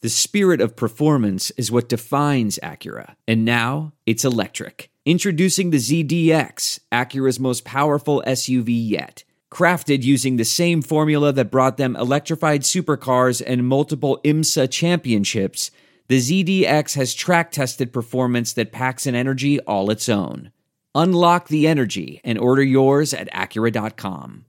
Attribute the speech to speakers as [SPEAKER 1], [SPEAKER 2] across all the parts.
[SPEAKER 1] The spirit of performance is what defines Acura, and now it's electric. Introducing the ZDX, Acura's most powerful SUV yet. Crafted using the same formula that brought them electrified supercars and multiple IMSA championships, the ZDX has track tested performance that packs an energy all its own. Unlock the energy and order yours at Acura.com.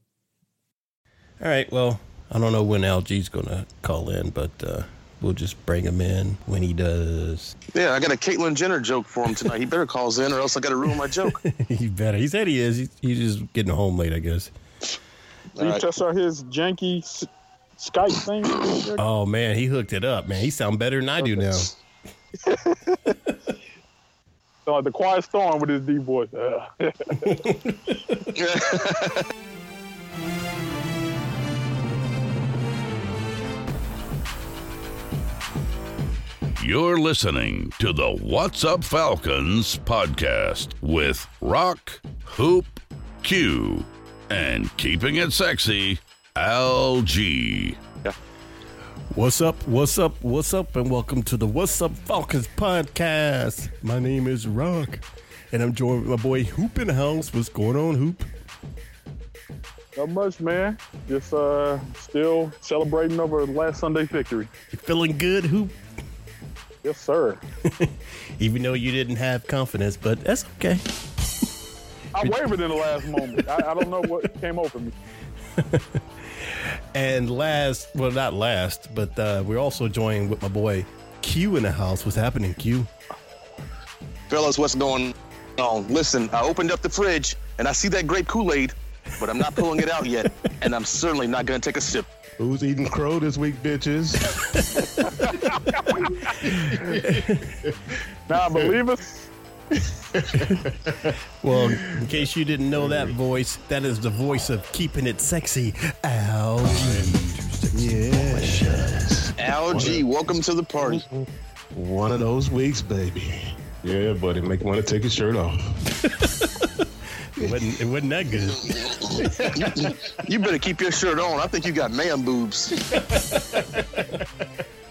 [SPEAKER 2] All right. Well, I don't know when LG's going to call in, but uh, we'll just bring him in when he does.
[SPEAKER 3] Yeah, I got a Caitlyn Jenner joke for him tonight. he better calls in, or else I got to ruin my joke.
[SPEAKER 2] he better. He said he is. He, he's just getting home late, I guess.
[SPEAKER 4] Did you
[SPEAKER 3] right.
[SPEAKER 4] test out his janky s- Skype thing?
[SPEAKER 2] Oh man, he hooked it up, man. He sound better than I do now.
[SPEAKER 4] So, like the quiet storm with his D voice. Uh,
[SPEAKER 5] You're listening to the What's Up Falcons podcast with Rock, Hoop, Q, and keeping it sexy, LG.
[SPEAKER 2] What's up? What's up? What's up? And welcome to the What's Up Falcons podcast. My name is Rock, and I'm joined with my boy Hoop in the house. What's going on, Hoop?
[SPEAKER 4] not much, man. Just uh, still celebrating over last Sunday victory.
[SPEAKER 2] You feeling good, Hoop?
[SPEAKER 4] Yes, sir.
[SPEAKER 2] Even though you didn't have confidence, but that's okay.
[SPEAKER 4] I wavered in the last moment. I, I don't know what came over me.
[SPEAKER 2] And last, well, not last, but uh, we're also joined with my boy Q in the house. What's happening, Q?
[SPEAKER 3] Fellas, what's going on? Listen, I opened up the fridge and I see that grape Kool Aid, but I'm not pulling it out yet, and I'm certainly not going to take a sip.
[SPEAKER 6] Who's eating crow this week, bitches?
[SPEAKER 4] Now, believers,
[SPEAKER 2] Well, in case you didn't know that voice, that is the voice of keeping it sexy, Algie.
[SPEAKER 6] yeah.
[SPEAKER 3] LG, welcome to the party.
[SPEAKER 6] One of those weeks, baby. Yeah, buddy. Make him want to take his shirt off.
[SPEAKER 2] It wasn't, it wasn't that good.
[SPEAKER 3] You better keep your shirt on. I think you got man boobs.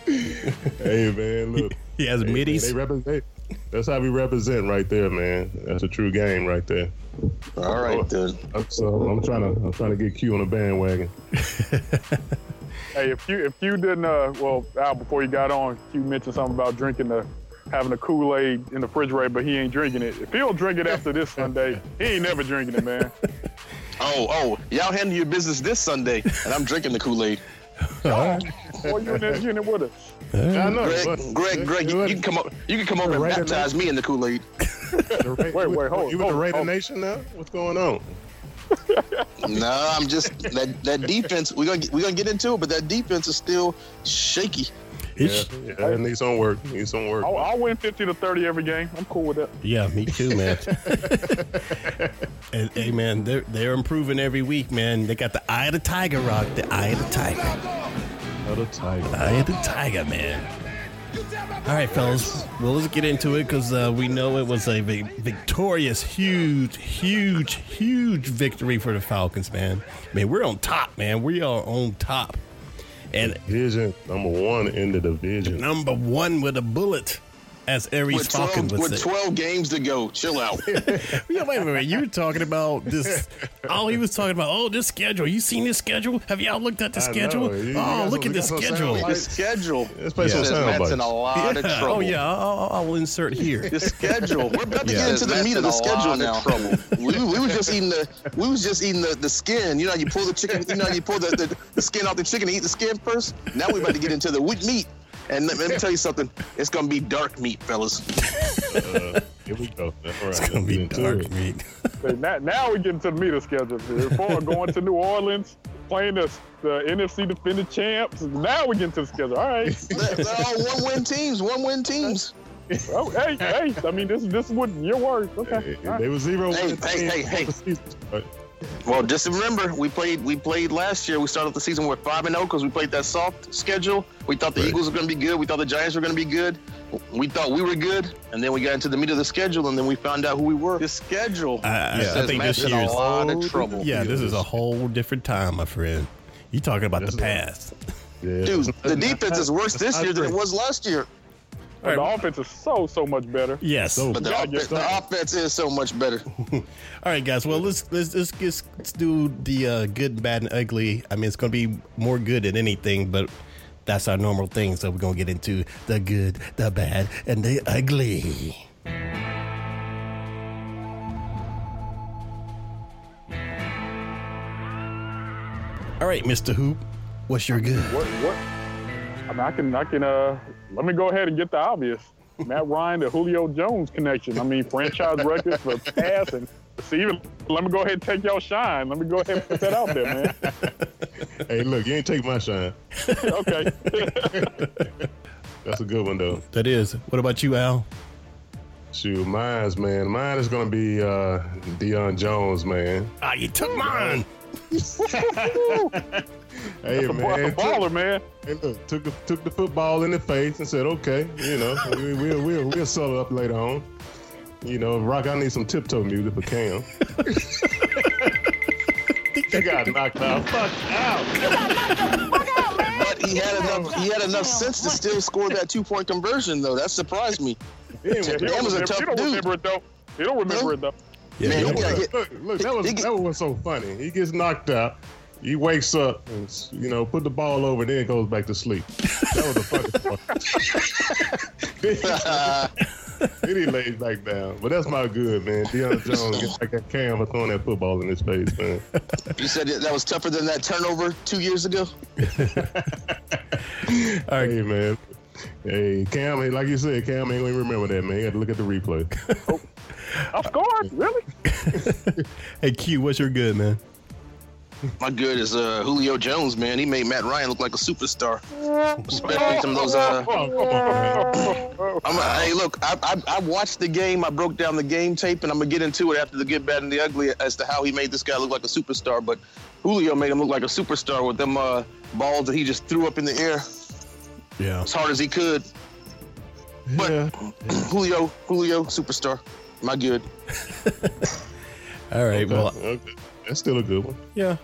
[SPEAKER 6] Hey, man, look.
[SPEAKER 2] He has
[SPEAKER 6] Hey, man,
[SPEAKER 2] middies.
[SPEAKER 6] They represent. That's how we represent right there, man. That's a true game right there.
[SPEAKER 3] All right, dude.
[SPEAKER 6] I'm- So I'm trying to I'm trying to get Q on the bandwagon.
[SPEAKER 4] hey, if you if you didn't, uh, well, Al, before you got on, you mentioned something about drinking the, having a Kool Aid in the refrigerator, but he ain't drinking it. If he'll drink it after this Sunday, he ain't never drinking it, man.
[SPEAKER 3] Oh, oh, y'all handle your business this Sunday, and I'm drinking the Kool Aid.
[SPEAKER 4] Boy, you in this unit with us?
[SPEAKER 6] I know.
[SPEAKER 3] Greg,
[SPEAKER 6] but-
[SPEAKER 3] Greg, Greg, you,
[SPEAKER 6] were-
[SPEAKER 3] you can come up. You can come over and
[SPEAKER 6] Right,
[SPEAKER 3] baptize me in the Kool Aid.
[SPEAKER 6] the Ra-
[SPEAKER 4] Wait, wait, hold,
[SPEAKER 6] You with the
[SPEAKER 4] hold,
[SPEAKER 6] Raider
[SPEAKER 4] hold.
[SPEAKER 6] Nation now? What's going on?
[SPEAKER 3] No, I'm just that that defense. We're gonna we're gonna get into it, but that defense is still shaky.
[SPEAKER 2] It's-
[SPEAKER 6] Yeah, that needs some work. Needs some work.
[SPEAKER 2] Oh,
[SPEAKER 4] I'll, I'll win 50 to 30 every game. I'm cool with that.
[SPEAKER 2] Yeah, me too, man. and, hey, man, they're, they're improving every week, man. They got the eye of the tiger, Rock. The eye of the tiger.
[SPEAKER 6] Another tiger.
[SPEAKER 2] Eye of the tiger, man. All right, fellas, well, let's get into it because uh, we know it was a vi- victorious, huge, huge, huge victory for the Falcons, man. Man, we're on top, man. We are on top. And
[SPEAKER 6] Division number one in the division.
[SPEAKER 2] number one with a bullet, as Aries
[SPEAKER 3] With
[SPEAKER 2] Falcon
[SPEAKER 3] 12,
[SPEAKER 2] would
[SPEAKER 3] with
[SPEAKER 2] say.
[SPEAKER 3] 12 games to go, chill out.
[SPEAKER 2] Yeah, wait a minute. You were talking about this. Oh, he was talking about, oh, this schedule. You seen this schedule? Have y'all looked at the
[SPEAKER 6] I know.
[SPEAKER 2] schedule?
[SPEAKER 6] You- you
[SPEAKER 2] Oh,
[SPEAKER 6] got
[SPEAKER 2] look
[SPEAKER 6] some-
[SPEAKER 2] at the
[SPEAKER 6] you got some sound
[SPEAKER 2] schedule.
[SPEAKER 3] The
[SPEAKER 6] bites.
[SPEAKER 3] schedule.
[SPEAKER 6] Let's play some
[SPEAKER 3] says
[SPEAKER 6] sound
[SPEAKER 3] Matt's
[SPEAKER 6] bites.
[SPEAKER 3] in a lot of trouble.
[SPEAKER 2] Oh, yeah. I'll, I'll- I'll insert here.
[SPEAKER 3] The schedule. We're about to
[SPEAKER 2] Yeah.
[SPEAKER 3] get into the
[SPEAKER 7] Matt's
[SPEAKER 3] meat of
[SPEAKER 7] in
[SPEAKER 3] the
[SPEAKER 7] a
[SPEAKER 3] schedule
[SPEAKER 7] lot of
[SPEAKER 3] now. We, we was just eating the we was just eating the, the skin. You know how you pull the chicken. You know how you pull the, the, the skin off the chicken and eat the skin first. Now we're about to get into the weak meat. And let, let me tell you something. It's gonna be dark meat, fellas.
[SPEAKER 6] Here we go. All right.
[SPEAKER 2] It's going to be dark meat.
[SPEAKER 4] Okay, now, now we're getting to the meter schedule. Before going to New Orleans, playing the, the NFC defending champs. Now we get into the schedule. All right.
[SPEAKER 3] They're, they're all one-win teams. One-win teams.
[SPEAKER 4] Oh, hey, hey. I mean, this this is what your words. Okay. All right.
[SPEAKER 6] They were zero.
[SPEAKER 3] Hey, hey, hey, hey. Well, just remember, we played we played last year. We started the season with five and zero because we played that soft schedule. We thought the Eagles were going to be good. We thought the Giants were going to be good. We thought we were good, and then we got into the meat of the schedule, and then we found out who we were. The schedule.
[SPEAKER 2] I- I
[SPEAKER 3] It says
[SPEAKER 2] think
[SPEAKER 3] Matt's
[SPEAKER 2] this
[SPEAKER 3] in
[SPEAKER 2] year
[SPEAKER 3] a
[SPEAKER 2] is-
[SPEAKER 3] lot of trouble.
[SPEAKER 2] Yeah, this is a whole different time, my friend. You talking about the past.
[SPEAKER 6] Yeah.
[SPEAKER 3] Dude, the defense is worse this year than it was last year.
[SPEAKER 4] But the offense is so so much better.
[SPEAKER 2] Yes.
[SPEAKER 6] So-
[SPEAKER 3] But the,
[SPEAKER 4] Yeah,
[SPEAKER 3] offense,
[SPEAKER 4] you're
[SPEAKER 3] the offense is so much better.
[SPEAKER 2] All right, guys. Well, let's let's let's, let's, let's do the uh, good, bad, and ugly. I mean, it's going to be more good than anything, but that's our normal thing. So we're going to get into the good, the bad, and the ugly. All right, Mister Hoop, what's your good?
[SPEAKER 4] What what? I mean, I can I can uh let me go ahead and get the obvious. Matt Ryan to Julio Jones connection. I mean, franchise record for passing. See, even let me go ahead and take y'all shine. Let me go ahead and put that out there, man.
[SPEAKER 6] Hey, look, you ain't take my shine.
[SPEAKER 4] Okay.
[SPEAKER 6] That's a good one though.
[SPEAKER 2] That is. What about you, Al?
[SPEAKER 6] Shoot, mine's man. Mine is gonna be uh Deion Jones, man.
[SPEAKER 2] Ah, you took mine.
[SPEAKER 6] Hey
[SPEAKER 4] the
[SPEAKER 6] man, took-
[SPEAKER 4] baller, man.
[SPEAKER 6] hey, look, took the, took the football in the face and said, okay, you know, we, we'll we'll we'll settle up later on. You know, Rock, I need some tiptoe music for Cam. you got knocked out. Fuck out.
[SPEAKER 3] But he had enough. He had enough sense to still score that two point conversion, though. That surprised me.
[SPEAKER 6] Anyway,
[SPEAKER 4] He
[SPEAKER 3] That
[SPEAKER 4] don't,
[SPEAKER 3] was a
[SPEAKER 4] remember,
[SPEAKER 3] tough
[SPEAKER 4] he don't
[SPEAKER 3] dude.
[SPEAKER 4] remember it though. He don't remember it though.
[SPEAKER 3] Man,
[SPEAKER 2] you
[SPEAKER 3] he
[SPEAKER 2] were.
[SPEAKER 3] gotta get-
[SPEAKER 6] Look, look, that was
[SPEAKER 3] He get-
[SPEAKER 6] that was so funny. He gets knocked out. He wakes up and you know put the ball over, then goes back to sleep. That was the funny part.
[SPEAKER 3] Uh,
[SPEAKER 6] then he lays back down. But that's my good man. Deion Jones gets like that cam for throwing that football in his face, man.
[SPEAKER 3] You said that that was tougher than that turnover two years ago.
[SPEAKER 2] All right,
[SPEAKER 6] Hey man. Hey Cam, hey, like you said, Cam ain't gonna remember that man. You got to look at the replay.
[SPEAKER 4] I scored, really?
[SPEAKER 2] hey Q, what's your good, man?
[SPEAKER 3] My good is uh, Julio Jones, man. He made Matt Ryan look like a superstar, especially some of those. Uh,
[SPEAKER 6] Oh, come on, man.
[SPEAKER 3] I'm, uh, hey, look, I, I, I watched the game. I broke down the game tape, and I'm gonna get into it after the good, bad, and the ugly as to how he made this guy look like a superstar. But Julio made him look like a superstar with them uh, balls that he just threw up in the air
[SPEAKER 2] Yeah.
[SPEAKER 3] as hard as he could. But
[SPEAKER 6] Yeah.
[SPEAKER 3] Julio, Julio, superstar. My good.
[SPEAKER 2] All right. Well,
[SPEAKER 6] Okay. That's still a good one.
[SPEAKER 2] Yeah.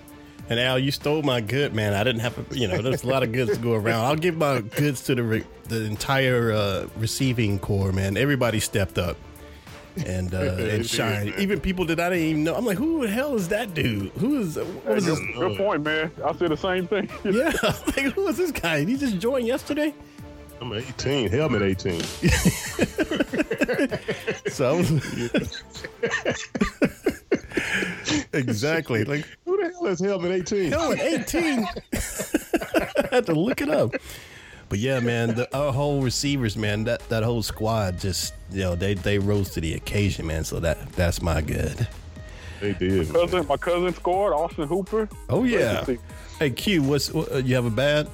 [SPEAKER 2] And Al, you stole my good, man. I didn't have to, you know, there's a lot of goods to go around. I'll give my goods to the re- the entire uh, receiving core, man. Everybody stepped up and uh, and shined. Even people that I didn't even know. I'm like, who the hell is that dude? Who is what
[SPEAKER 4] Hey,
[SPEAKER 2] is this?
[SPEAKER 4] good, good point, man. I said the same thing.
[SPEAKER 2] Yeah, I'm like, who is this guy? Did he just joined yesterday?
[SPEAKER 6] I'm 18. Hell, I'm at 18.
[SPEAKER 2] So I was- exactly. Like
[SPEAKER 6] Who the hell is Helmet 18?
[SPEAKER 2] No, at 18. I had to look it up. But yeah, man, the, our whole receivers, man, that, that whole squad just, you know, they, they rose to the occasion, man. So that that's my good.
[SPEAKER 6] They did. man.
[SPEAKER 4] Cousin, my cousin scored. Austin Hooper.
[SPEAKER 2] Oh yeah.
[SPEAKER 4] Let's see.
[SPEAKER 2] Hey Q, what's what, uh, you have a bad?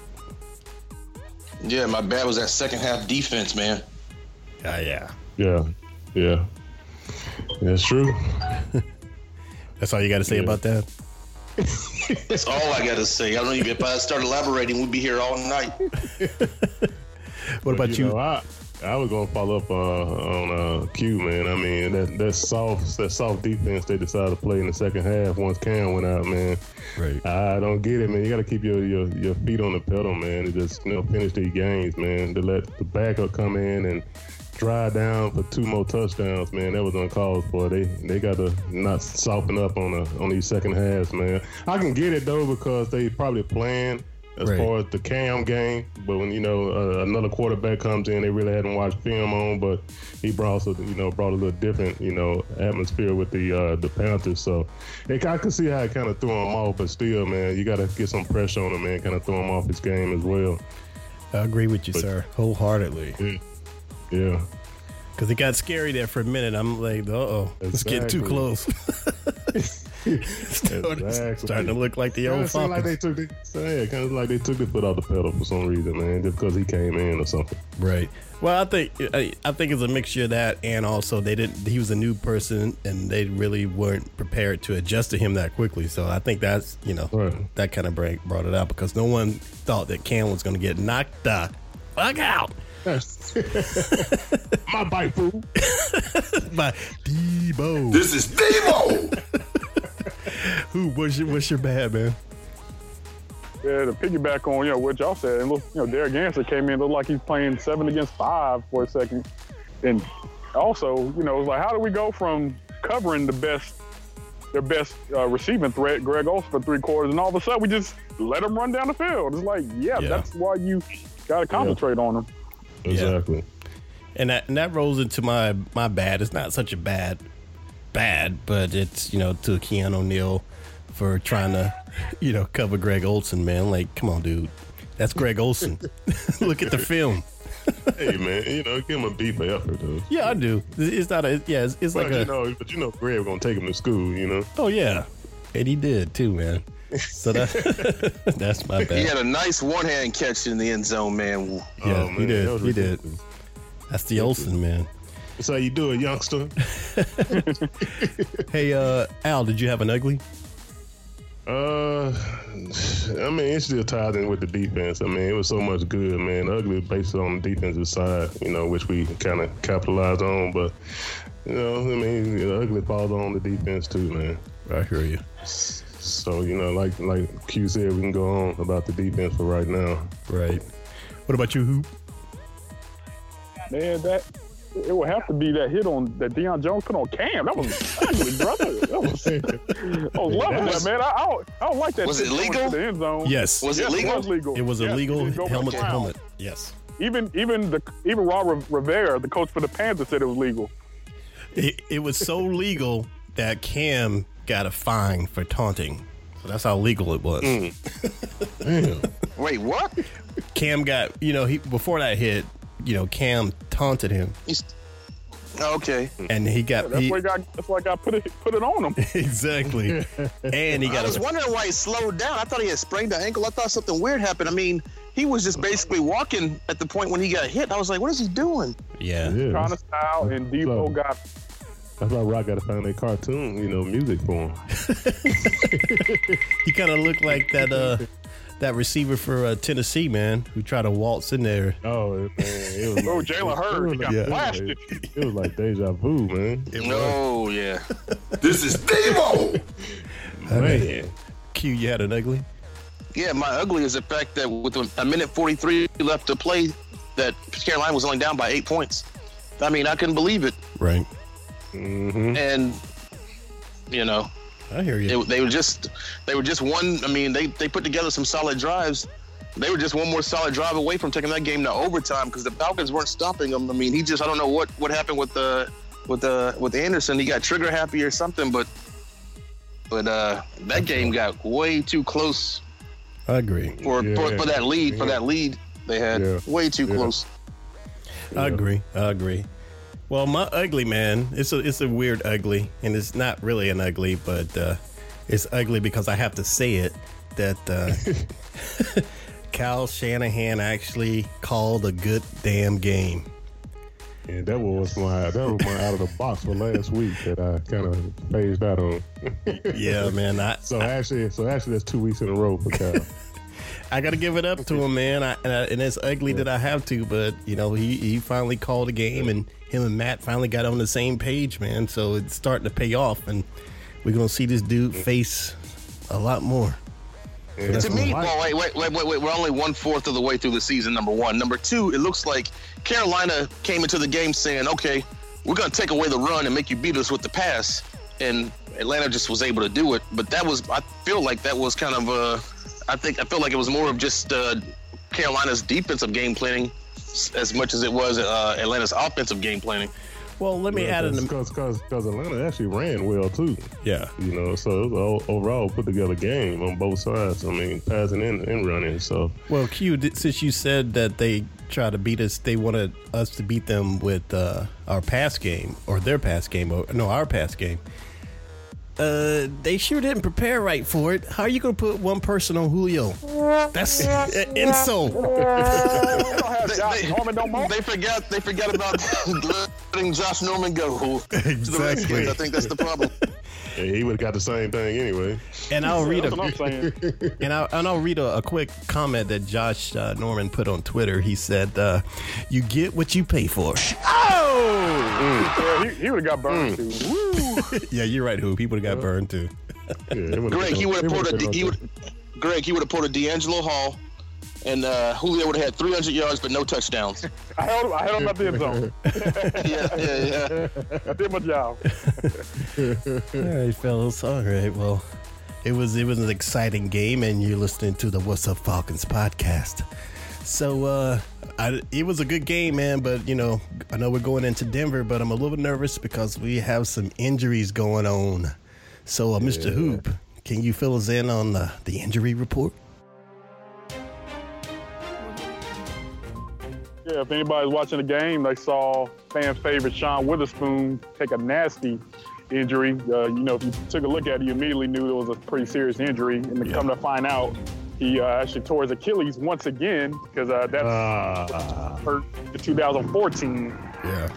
[SPEAKER 3] Yeah, my bad was that second half defense, man.
[SPEAKER 2] Yeah, yeah.
[SPEAKER 6] Yeah, yeah, that's true.
[SPEAKER 2] That's all you got to say
[SPEAKER 6] Yeah.
[SPEAKER 2] about that.
[SPEAKER 3] That's all I gotta say. I don't even if I start elaborating, we'd be here all night.
[SPEAKER 2] What about you?
[SPEAKER 6] know, I, I was gonna follow up uh, on uh, Q, man. I mean, that that soft that soft defense they decided to play in the second half once Cam went out, man.
[SPEAKER 2] Right.
[SPEAKER 6] I don't get it, man. You got to keep your, your your feet on the pedal, man, and just you know finish these games, man. To let the backup come in and drive down for two more touchdowns, man, that was uncalled for. They they got to not soften up on the on these second halves, man. I can get it though because they probably plan as
[SPEAKER 2] Right.
[SPEAKER 6] far as the cam game, but when you know uh, another quarterback comes in, they really hadn't watched film on, but he brought so you know brought a little different you know atmosphere with the uh, the Panthers. So it, I could see how it kind of threw him off, but still, man, you got to get some pressure on him, man, kind of throw him off his game as well.
[SPEAKER 2] I agree with you, sir, wholeheartedly.
[SPEAKER 6] Yeah,
[SPEAKER 2] Because it got scary there for a minute. I'm like, uh oh, let's get too
[SPEAKER 6] Exactly.
[SPEAKER 2] close. starting,
[SPEAKER 6] Exactly.
[SPEAKER 2] starting to look like the
[SPEAKER 6] yeah it
[SPEAKER 2] old
[SPEAKER 6] seemed like
[SPEAKER 2] Falcons.
[SPEAKER 6] they took the, yeah, kind of like they took the foot off the pedal for some reason, man, just because he came in or something.
[SPEAKER 2] Right. Well, I think I, I think it's a mixture of that, and also they didn't. He was a new person, and they really weren't prepared to adjust to him that quickly. So I think that's you know
[SPEAKER 6] Right.
[SPEAKER 2] that kind of break brought it out because no one thought that Cam was going to get knocked the fuck out
[SPEAKER 6] My bike, fool.
[SPEAKER 2] by Debo.
[SPEAKER 7] This is Demo.
[SPEAKER 2] Who? What's your What's your bad man?
[SPEAKER 4] Yeah, to piggyback on you know what y'all said, and look, you know Derek Gansler came in looked like he's playing seven against five for a second, and also you know it's like how do we go from covering the best, their best uh, receiving threat, Greg Olson for three quarters, and all of a sudden we just let him run down the field. It's like yeah,
[SPEAKER 2] Yeah.
[SPEAKER 4] that's why you got to concentrate on him.
[SPEAKER 6] Exactly.
[SPEAKER 2] and that and that rolls into my my bad. It's not such a bad bad, but it's you know to Keanu Neal for trying to you know cover Greg Olson, man. Like, come on, dude, that's Greg Olson. Look at the film.
[SPEAKER 6] hey man, you know, give him a B for effort though.
[SPEAKER 2] Yeah, I do. It's not a yeah. It's, it's
[SPEAKER 6] But
[SPEAKER 2] like
[SPEAKER 6] Oh,
[SPEAKER 2] a
[SPEAKER 6] you know, but you know, Greg gonna take him to school. You know,
[SPEAKER 2] oh yeah, and he did too, man. So that that's my
[SPEAKER 3] He
[SPEAKER 2] bad.
[SPEAKER 3] had a nice one hand catch in the end zone, man.
[SPEAKER 2] Yeah,
[SPEAKER 6] Oh,
[SPEAKER 2] he
[SPEAKER 6] man,
[SPEAKER 2] did.
[SPEAKER 6] that was
[SPEAKER 2] He did.
[SPEAKER 6] ridiculous.
[SPEAKER 2] That's the Olson man.
[SPEAKER 6] That's how you do it, youngster.
[SPEAKER 2] Hey, uh, Al, did you have an ugly?
[SPEAKER 6] Uh, I mean, it still ties in with the defense. I mean, it was so much good, man. Ugly based on the defensive side, you know, which we kind of capitalized on. But, you know, I mean, the ugly falls on the defense too, man.
[SPEAKER 2] I hear you.
[SPEAKER 6] So, you know, like like Q said, we can go on about the defense for right now.
[SPEAKER 2] Right. What about you, Hoop?
[SPEAKER 4] Man, that it would have to be that hit on that Deion Jones put on Cam. That was ugly, brother. That was, I was loving that, man. I, I, don't, I don't like that.
[SPEAKER 3] Was
[SPEAKER 4] shit
[SPEAKER 3] it
[SPEAKER 4] going
[SPEAKER 3] legal?
[SPEAKER 4] to The end zone.
[SPEAKER 2] Yes.
[SPEAKER 3] Was it
[SPEAKER 4] Yes,
[SPEAKER 3] legal?
[SPEAKER 4] It was legal.
[SPEAKER 2] It was
[SPEAKER 4] Yes,
[SPEAKER 2] illegal
[SPEAKER 4] you go
[SPEAKER 2] helmet to
[SPEAKER 4] back.
[SPEAKER 2] helmet. Yes.
[SPEAKER 4] Even even the even Rob Rivera, the coach for the Panthers, said it was legal.
[SPEAKER 2] It, it was so legal that Cam got a fine for taunting. So that's how legal it was.
[SPEAKER 4] Mm.
[SPEAKER 3] Wait, what?
[SPEAKER 2] Cam got, you know, he before that hit, you know, Cam taunted him
[SPEAKER 3] He's- okay.
[SPEAKER 2] and he got
[SPEAKER 4] That's
[SPEAKER 2] he-
[SPEAKER 4] why I got that's why I got put it put it on him.
[SPEAKER 2] exactly. and he
[SPEAKER 3] I
[SPEAKER 2] got
[SPEAKER 3] was
[SPEAKER 2] a
[SPEAKER 3] wondering why he slowed down. I thought he had sprained the ankle. I thought something weird happened. I mean, he was just basically walking at the point when he got hit. I was like, what is he doing?
[SPEAKER 2] yeah.
[SPEAKER 6] Yeah,
[SPEAKER 4] Connor
[SPEAKER 6] that's,
[SPEAKER 4] Style and Debo
[SPEAKER 6] So-
[SPEAKER 4] got
[SPEAKER 6] that's why Rock got to find a cartoon, you know, music for him.
[SPEAKER 2] He kind of looked like that uh that receiver for uh, Tennessee, man, who tried to waltz in there.
[SPEAKER 6] Oh, man. It was
[SPEAKER 4] oh
[SPEAKER 6] like,
[SPEAKER 4] Jalen Hurd. He got
[SPEAKER 2] Yeah.
[SPEAKER 4] blasted.
[SPEAKER 6] it was like deja vu, man.
[SPEAKER 3] No, yeah.
[SPEAKER 5] This is Demo.
[SPEAKER 6] Man.
[SPEAKER 2] Q, you had an ugly?
[SPEAKER 3] Yeah, my ugly is the fact that with a minute 43 left to play, that Carolina was only down by eight points. I mean, I couldn't believe it.
[SPEAKER 2] Right. Hmm.
[SPEAKER 6] Mm-hmm.
[SPEAKER 3] And, you know,
[SPEAKER 2] I hear you.
[SPEAKER 3] They, they were just they were just one. I mean, they they put together some solid drives. They were just one more solid drive away from taking that game to overtime because the Falcons weren't stopping them. I mean, he just I don't know what what happened with the with the with Anderson. He got trigger happy or something, but but uh that game got way too close
[SPEAKER 2] I agree.
[SPEAKER 3] for for,
[SPEAKER 6] Yeah.
[SPEAKER 3] for that lead for that lead they had
[SPEAKER 6] Yeah.
[SPEAKER 3] way too
[SPEAKER 6] Yeah.
[SPEAKER 3] close.
[SPEAKER 2] I agree. I agree. Well, my ugly man, it's a it's a weird ugly, and it's not really an ugly, but uh, it's ugly because I have to say it that uh, Cal Shanahan actually called a good damn game.
[SPEAKER 6] Yeah, that was my that was my out of the box for last week that I kind of phased out on.
[SPEAKER 2] Yeah, man, I
[SPEAKER 6] So actually, so actually, that's two weeks in a row for Kyle.
[SPEAKER 2] I gotta give it up to him, man. I, and, I, and it's ugly that I have to, but you know, he he finally called a game, and him and Matt finally got on the same page, man. So it's starting to pay off, and we're gonna see this dude face a lot more.
[SPEAKER 3] to me, well, wait, wait, wait, wait, wait. We're only one fourth of the way through the season. Number one. Number two, it looks like Carolina came into the game saying, "Okay, we're going to take away the run and make you beat us with the pass," and Atlanta just was able to do it. But that was, I feel like that was kind of uh, I think I feel like it was more of just uh, Carolina's defensive game planning s- as much as it was uh, Atlanta's offensive game planning.
[SPEAKER 2] Well, let me add an
[SPEAKER 6] because because Atlanta actually ran well too.
[SPEAKER 2] yeah.
[SPEAKER 6] You know, so it was all, overall put together game on both sides. I mean, passing and, and running. So
[SPEAKER 2] Well, Q, th- since you said that they try to beat us, they wanted us to beat them with uh, our pass game or their pass game. Or, no, our pass game. Uh, they sure didn't prepare right for it. How are you gonna put one person on Julio? That's an insult.
[SPEAKER 4] We don't have Josh Norman no more.
[SPEAKER 3] they forgot they forgot about letting Josh Norman go. to the Redskins.
[SPEAKER 2] Exactly.
[SPEAKER 3] I think that's the problem.
[SPEAKER 6] yeah, he would have got the same thing anyway.
[SPEAKER 2] And I'll read
[SPEAKER 4] That's what
[SPEAKER 2] a
[SPEAKER 4] I'm saying.
[SPEAKER 2] and I'll, and I'll read a, a quick comment that Josh uh, Norman put on Twitter. He said, uh, "You get what you pay for."
[SPEAKER 4] Yeah, he, he would have got burned
[SPEAKER 3] Hmm.
[SPEAKER 4] too.
[SPEAKER 2] yeah, you're right. Who people got burned too.
[SPEAKER 6] Yeah, it would've
[SPEAKER 3] Greg,
[SPEAKER 6] been-
[SPEAKER 3] he would
[SPEAKER 6] it
[SPEAKER 3] have pulled
[SPEAKER 6] would've
[SPEAKER 3] a.
[SPEAKER 6] been
[SPEAKER 3] He
[SPEAKER 6] okay.
[SPEAKER 3] would, Greg, he would have pulled a D'Angelo Hall, and uh, Julio would have had 300 yards but no touchdowns.
[SPEAKER 4] I held him. I held him at the end zone.
[SPEAKER 3] yeah, yeah, yeah.
[SPEAKER 4] I did my job.
[SPEAKER 2] All right, fellas. All right. Well, it was it was an exciting game, and you're listening to the What's Up Falcons podcast. So uh, I, it was a good game, man. But you know, I know we're going into Denver, but I'm a little nervous because we have some injuries going on. So, uh, Mr. Hoop, can you fill us in on the, the injury report?
[SPEAKER 4] Yeah, if anybody's watching the game, they saw fan favorite Sean Witherspoon take a nasty injury. Uh, you know, if you took a look at it, you immediately knew it was a pretty serious injury. And to come to find out, he uh, actually tore his Achilles once again because uh, that's
[SPEAKER 6] Ah,
[SPEAKER 4] hurt in 2014.
[SPEAKER 2] Yeah.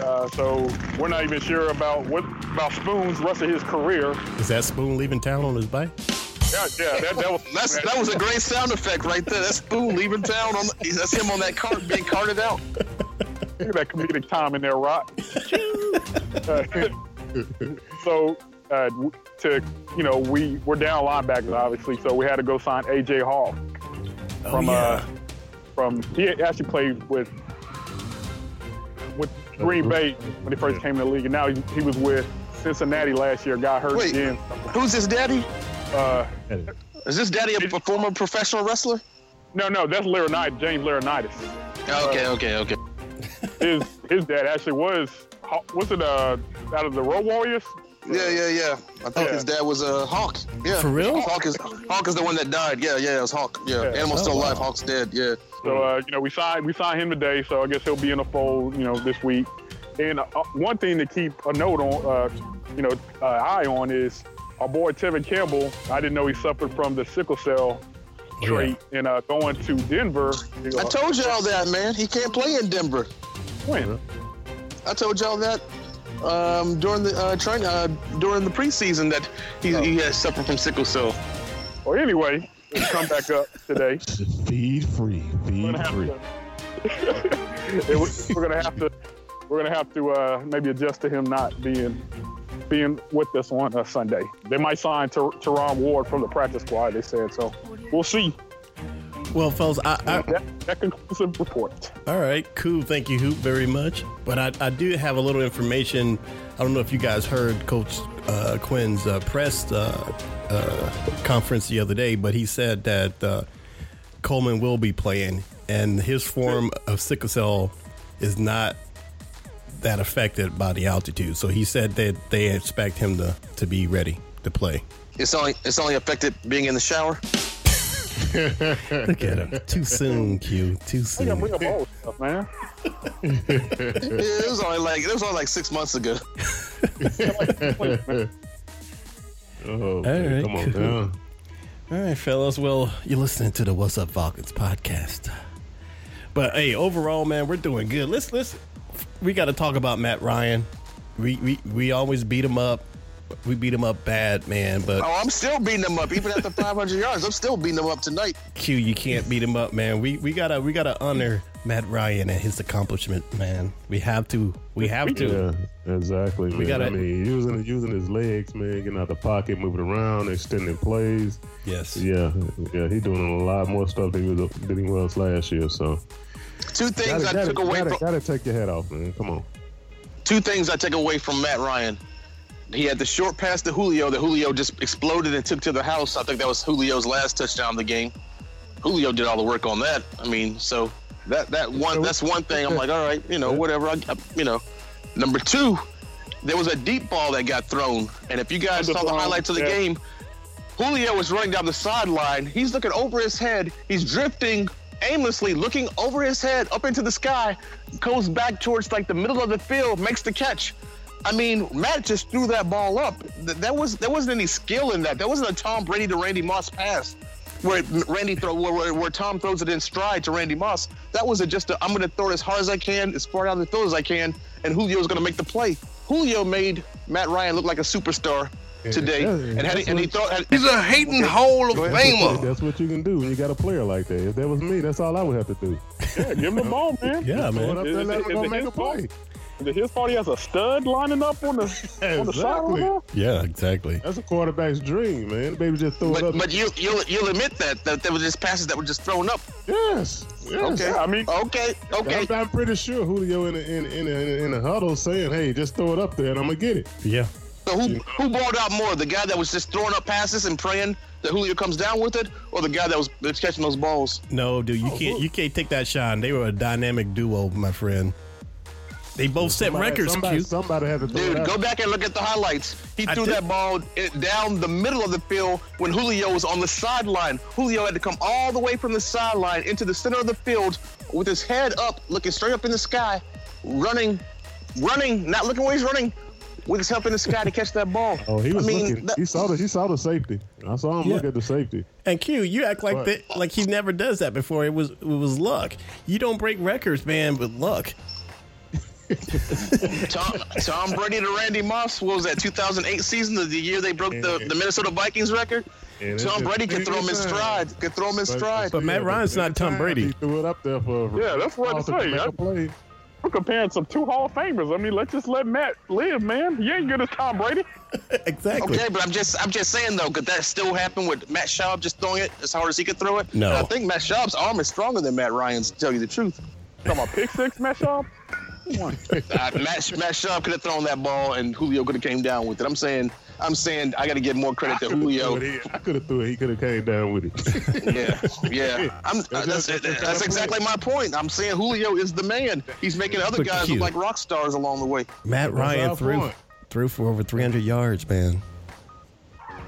[SPEAKER 4] Uh, so we're not even sure about what about Spoon's rest of his career.
[SPEAKER 2] Is that Spoon leaving town on his bike?
[SPEAKER 4] Yeah, yeah, that, that was
[SPEAKER 3] That's, that was a great sound effect right there. That's Spoon leaving town. On that's him on that cart being carted out.
[SPEAKER 4] Look at that comedic time in there, Rock. Uh, so, uh, w- to you know, we we're down linebackers, obviously. So we had to go sign AJ Hall
[SPEAKER 2] Oh,
[SPEAKER 4] from uh, from he actually played with with Green Bay when he first came in the league, and now he, he was with Cincinnati last year. Got hurt
[SPEAKER 3] Wait.
[SPEAKER 4] again.
[SPEAKER 3] Who's his daddy?
[SPEAKER 4] Uh,
[SPEAKER 3] Is this daddy a, a former professional wrestler?
[SPEAKER 4] no, no, that's Laronitis, James Laronitis.
[SPEAKER 3] Okay, okay, okay.
[SPEAKER 4] His his dad actually was was it uh out of the Road Warriors?
[SPEAKER 3] Yeah, yeah, yeah. I think
[SPEAKER 4] Yeah.
[SPEAKER 3] his dad was a uh, Hawk. Yeah,
[SPEAKER 2] For real?
[SPEAKER 3] Hawk is Hawk is the one that died. Yeah, yeah, it was Hawk. Yeah,
[SPEAKER 4] Yeah.
[SPEAKER 3] animal's still
[SPEAKER 2] Oh, wow.
[SPEAKER 3] alive. Hawk's dead. Yeah.
[SPEAKER 4] So uh, you know, we signed we signed him today, so I guess he'll be in the fold, you know, this week. And uh, one thing to keep a note on, uh, you know, uh, eye on is our boy Tevin Campbell. I didn't know he suffered from the sickle cell trait, and uh, going to Denver, you know,
[SPEAKER 3] I told y'all that, man. He can't play in Denver.
[SPEAKER 4] win.
[SPEAKER 3] I told y'all that um, during the uh, train uh, during the preseason that he, he has suffered from sickle cell.
[SPEAKER 4] Well, anyway, he'll come back up today.
[SPEAKER 6] feed free,
[SPEAKER 4] We're
[SPEAKER 6] feed
[SPEAKER 4] gonna have
[SPEAKER 6] free.
[SPEAKER 4] to- It was- we're gonna have to. We're gonna have to uh, maybe adjust to him not being being with us on a Sunday. They might sign Ter- Teron Ward from the practice squad. They said so. We'll see.
[SPEAKER 2] Well, fellas, I,
[SPEAKER 4] That, that conclusive report.
[SPEAKER 2] I, all right, cool. Thank you, Hoop, very much. But I, I do have a little information. I don't know if you guys heard Coach uh, Quinn's uh, press uh, uh, conference the other day, but he said that uh, Coleman will be playing, and his form of sickle cell is not that affected by the altitude. So he said that they expect him to, to be ready to play.
[SPEAKER 3] It's only it's only affected being in the shower.
[SPEAKER 2] Look at him. Too soon, Q. Too
[SPEAKER 4] We got
[SPEAKER 2] soon.
[SPEAKER 4] bring up all this stuff, man.
[SPEAKER 3] Yeah, it was only like it was only like six months ago.
[SPEAKER 6] Oh, man,
[SPEAKER 2] right,
[SPEAKER 6] come on
[SPEAKER 2] cool.
[SPEAKER 6] down.
[SPEAKER 2] All right, fellas. Well, you're listening to the What's Up Falcons podcast. But hey, overall, man, we're doing good. Let's let's we got to talk about Matt Ryan. We we we always beat him up. We beat him up bad, man. But
[SPEAKER 3] Oh, I'm still beating them up even after 500 yards. I'm still beating them up tonight.
[SPEAKER 2] Q, you can't beat him up, man. We we gotta we gotta honor Matt Ryan and his accomplishment, man. We have to. We have to.
[SPEAKER 6] Yeah, exactly. Man.
[SPEAKER 2] gotta-
[SPEAKER 6] I mean, using using his legs, man, getting out the pocket, moving around, extending plays.
[SPEAKER 2] Yes.
[SPEAKER 6] Yeah, yeah, he doing a lot more stuff than he was than he was last year. So
[SPEAKER 3] Two things I took away
[SPEAKER 6] gotta,
[SPEAKER 3] from
[SPEAKER 6] gotta take your hat off, man. Come on.
[SPEAKER 3] two things I take away from Matt Ryan. He had the short pass to Julio that Julio just exploded and took to the house. I think that was Julio's last touchdown of the game. Julio did all the work on that. I mean, so that that one that's one thing. I'm like, all right, you know, whatever. I, I- you know, number two, there was a deep ball that got thrown, and if you guys saw the
[SPEAKER 4] Underthrown,
[SPEAKER 3] highlights of the
[SPEAKER 4] yeah.
[SPEAKER 3] game, Julio was running down the sideline. He's looking over his head. He's drifting aimlessly, looking over his head up into the sky, goes back towards like the middle of the field, makes the catch. I mean, Matt just threw that ball up. Th- That was there wasn't any skill in that. That wasn't a Tom Brady to Randy Moss pass, where Randy throw where, where, where Tom throws it in stride to Randy Moss. That was a, just a I'm going to throw it as hard as I can, as far out the field as I can, and Julio's going to make the play. Julio made Matt Ryan look like a superstar today,
[SPEAKER 6] yeah,
[SPEAKER 3] and had he, and he throw had,
[SPEAKER 5] He's a hating Hall of
[SPEAKER 6] That's what, that's what you can do when you got a player like that. If that was me, that's all I would have to do.
[SPEAKER 4] Yeah, give him the ball, man.
[SPEAKER 2] Yeah,
[SPEAKER 6] Going
[SPEAKER 2] man.
[SPEAKER 6] up there, let
[SPEAKER 4] Is
[SPEAKER 6] him
[SPEAKER 4] it-
[SPEAKER 6] go
[SPEAKER 4] is it
[SPEAKER 6] make a
[SPEAKER 4] his ball?
[SPEAKER 6] play.
[SPEAKER 4] Did his party has a stud lining up on the on the
[SPEAKER 6] Exactly.
[SPEAKER 4] sideline?
[SPEAKER 2] Yeah, exactly.
[SPEAKER 6] That's a quarterback's dream, man. The baby just throw it
[SPEAKER 3] But
[SPEAKER 6] up.
[SPEAKER 3] but you you'll you'll admit that that there were just passes that were just thrown up.
[SPEAKER 6] yes. yes.
[SPEAKER 3] Okay.
[SPEAKER 4] I mean,
[SPEAKER 3] Okay. Okay.
[SPEAKER 6] I'm, I'm pretty sure Julio in the, in, in, in, in the huddle saying, "Hey, just throw it up there, and I'm gonna get it."
[SPEAKER 2] Yeah.
[SPEAKER 3] So who who balled out more? The guy that was just throwing up passes and praying that Julio comes down with it, or the guy that was that's catching those balls?
[SPEAKER 2] No, dude,
[SPEAKER 6] Oh,
[SPEAKER 2] you can't. You can't take that shine. They were a dynamic duo, my friend. They both set
[SPEAKER 6] Somebody-
[SPEAKER 2] records.
[SPEAKER 6] Somebody,
[SPEAKER 2] Q.
[SPEAKER 6] somebody had to throw it
[SPEAKER 3] Dude,
[SPEAKER 6] out.
[SPEAKER 3] go back and look at the highlights. He
[SPEAKER 2] I
[SPEAKER 3] threw
[SPEAKER 2] did.
[SPEAKER 3] that ball i- down the middle of the field when Julio was on the sideline. Julio had to come all the way from the sideline into the center of the field with his head up, looking straight up in the sky, running, running, not looking where he's running, with his help in the sky to catch that ball.
[SPEAKER 6] Oh, he was
[SPEAKER 3] I mean,
[SPEAKER 6] looking.
[SPEAKER 3] that-
[SPEAKER 6] he saw the. He saw the safety. I saw him
[SPEAKER 2] Yeah.
[SPEAKER 6] look at the safety.
[SPEAKER 2] And Q, you act like
[SPEAKER 6] What?
[SPEAKER 2] that, like he never does that before. It was it was luck. You don't break records, man, with luck.
[SPEAKER 3] Tom, Tom Brady to Randy Moss. What was that? 2008 season, the, the year they broke the, the Minnesota Vikings record.
[SPEAKER 6] Yeah, that's
[SPEAKER 3] Tom
[SPEAKER 6] just-
[SPEAKER 3] Brady could throw him in
[SPEAKER 6] anytime.
[SPEAKER 3] stride. Could throw him in stride.
[SPEAKER 2] But Matt Ryan's not Tom
[SPEAKER 6] anytime
[SPEAKER 2] Brady.
[SPEAKER 6] He threw it up there for.
[SPEAKER 4] Yeah, that's what I'm
[SPEAKER 6] Austin to
[SPEAKER 4] saying.
[SPEAKER 6] make a
[SPEAKER 4] I-
[SPEAKER 6] play.
[SPEAKER 4] we're comparing some two Hall of Famers. I mean, let's just let Matt live, man. He ain't good as Tom Brady.
[SPEAKER 2] exactly.
[SPEAKER 3] Okay, but I'm just I'm just saying though, could that still happen with Matt Schaub just throwing it as hard as he could throw it?
[SPEAKER 2] No.
[SPEAKER 3] And I think Matt Schaub's arm is stronger than Matt Ryan's. To tell you the truth,
[SPEAKER 4] Talking about pick six matchup.
[SPEAKER 3] uh, Matt Matt Schaub could have thrown that ball and Julio could have came down with it. I'm saying I'm saying I got to give more credit to Julio.
[SPEAKER 6] I could have threw it. He could have came down with it.
[SPEAKER 3] Yeah, yeah. I'm, uh, that's that's exactly my point. I'm saying Julio is the man. He's making other
[SPEAKER 2] Look
[SPEAKER 3] guys
[SPEAKER 2] cute.
[SPEAKER 3] look like rock stars along the way.
[SPEAKER 2] Matt Ryan
[SPEAKER 6] our
[SPEAKER 2] threw
[SPEAKER 6] point.
[SPEAKER 2] threw for over 300 yards, man.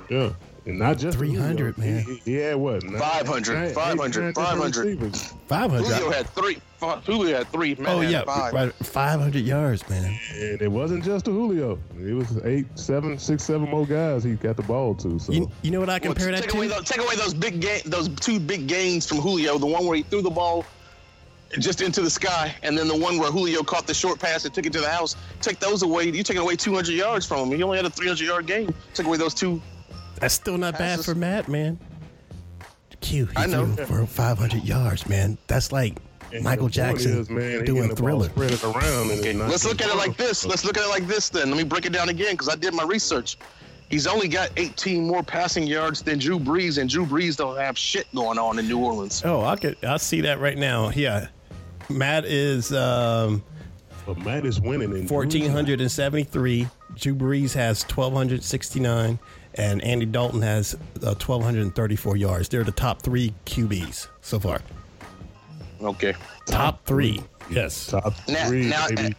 [SPEAKER 6] yeah. And not just
[SPEAKER 2] 300,
[SPEAKER 6] Julio.
[SPEAKER 2] man.
[SPEAKER 6] He, he had what? nine-
[SPEAKER 3] 500,
[SPEAKER 6] nine- eight
[SPEAKER 3] 500,
[SPEAKER 6] different
[SPEAKER 3] 500.
[SPEAKER 6] receivers.
[SPEAKER 2] 500.
[SPEAKER 3] Julio had three. fu- Julio had three. Matt
[SPEAKER 2] oh
[SPEAKER 3] had
[SPEAKER 2] yeah,
[SPEAKER 3] five.
[SPEAKER 2] right, 500 yards, man.
[SPEAKER 6] And it wasn't just a Julio. It was eight, seven, six, seven more guys he got the ball to. So
[SPEAKER 2] You, you know what I
[SPEAKER 3] Well,
[SPEAKER 2] compare that
[SPEAKER 3] take away
[SPEAKER 2] to?
[SPEAKER 3] those, take away those big ga- those two big gains from Julio. The one where he threw the ball just into the sky, and then the one where Julio caught the short pass and took it to the house. Take those away. You taking away 200 yards from him. He only had a 300 yard game. Take away those two.
[SPEAKER 2] That's still not bad
[SPEAKER 3] passes.
[SPEAKER 2] for Matt, man. Q, he
[SPEAKER 3] I know.
[SPEAKER 2] threw for 500 yards, man. That's like
[SPEAKER 6] And
[SPEAKER 2] Michael
[SPEAKER 6] the point
[SPEAKER 2] Jackson
[SPEAKER 6] is, man, he getting
[SPEAKER 2] doing
[SPEAKER 6] the
[SPEAKER 2] Thriller.
[SPEAKER 6] Ball spread it around and it's not
[SPEAKER 3] Let's look at it
[SPEAKER 6] Oh,
[SPEAKER 3] like this. Let's look at it like this. Then let me break it down again because I did my research. He's only got 18 more passing yards than Drew Brees, and Drew Brees don't have shit going on in New Orleans.
[SPEAKER 2] Oh, I could I see that right now. Yeah. Matt is um,
[SPEAKER 6] But Matt is winning in
[SPEAKER 2] 1,473. Drew Brees has 1,269. And Andy Dalton has uh, 1,234 yards. They're the top three QBs so far.
[SPEAKER 3] Okay.
[SPEAKER 2] Top three. Yes.
[SPEAKER 6] top
[SPEAKER 3] Now,
[SPEAKER 6] three.
[SPEAKER 3] now,
[SPEAKER 6] maybe.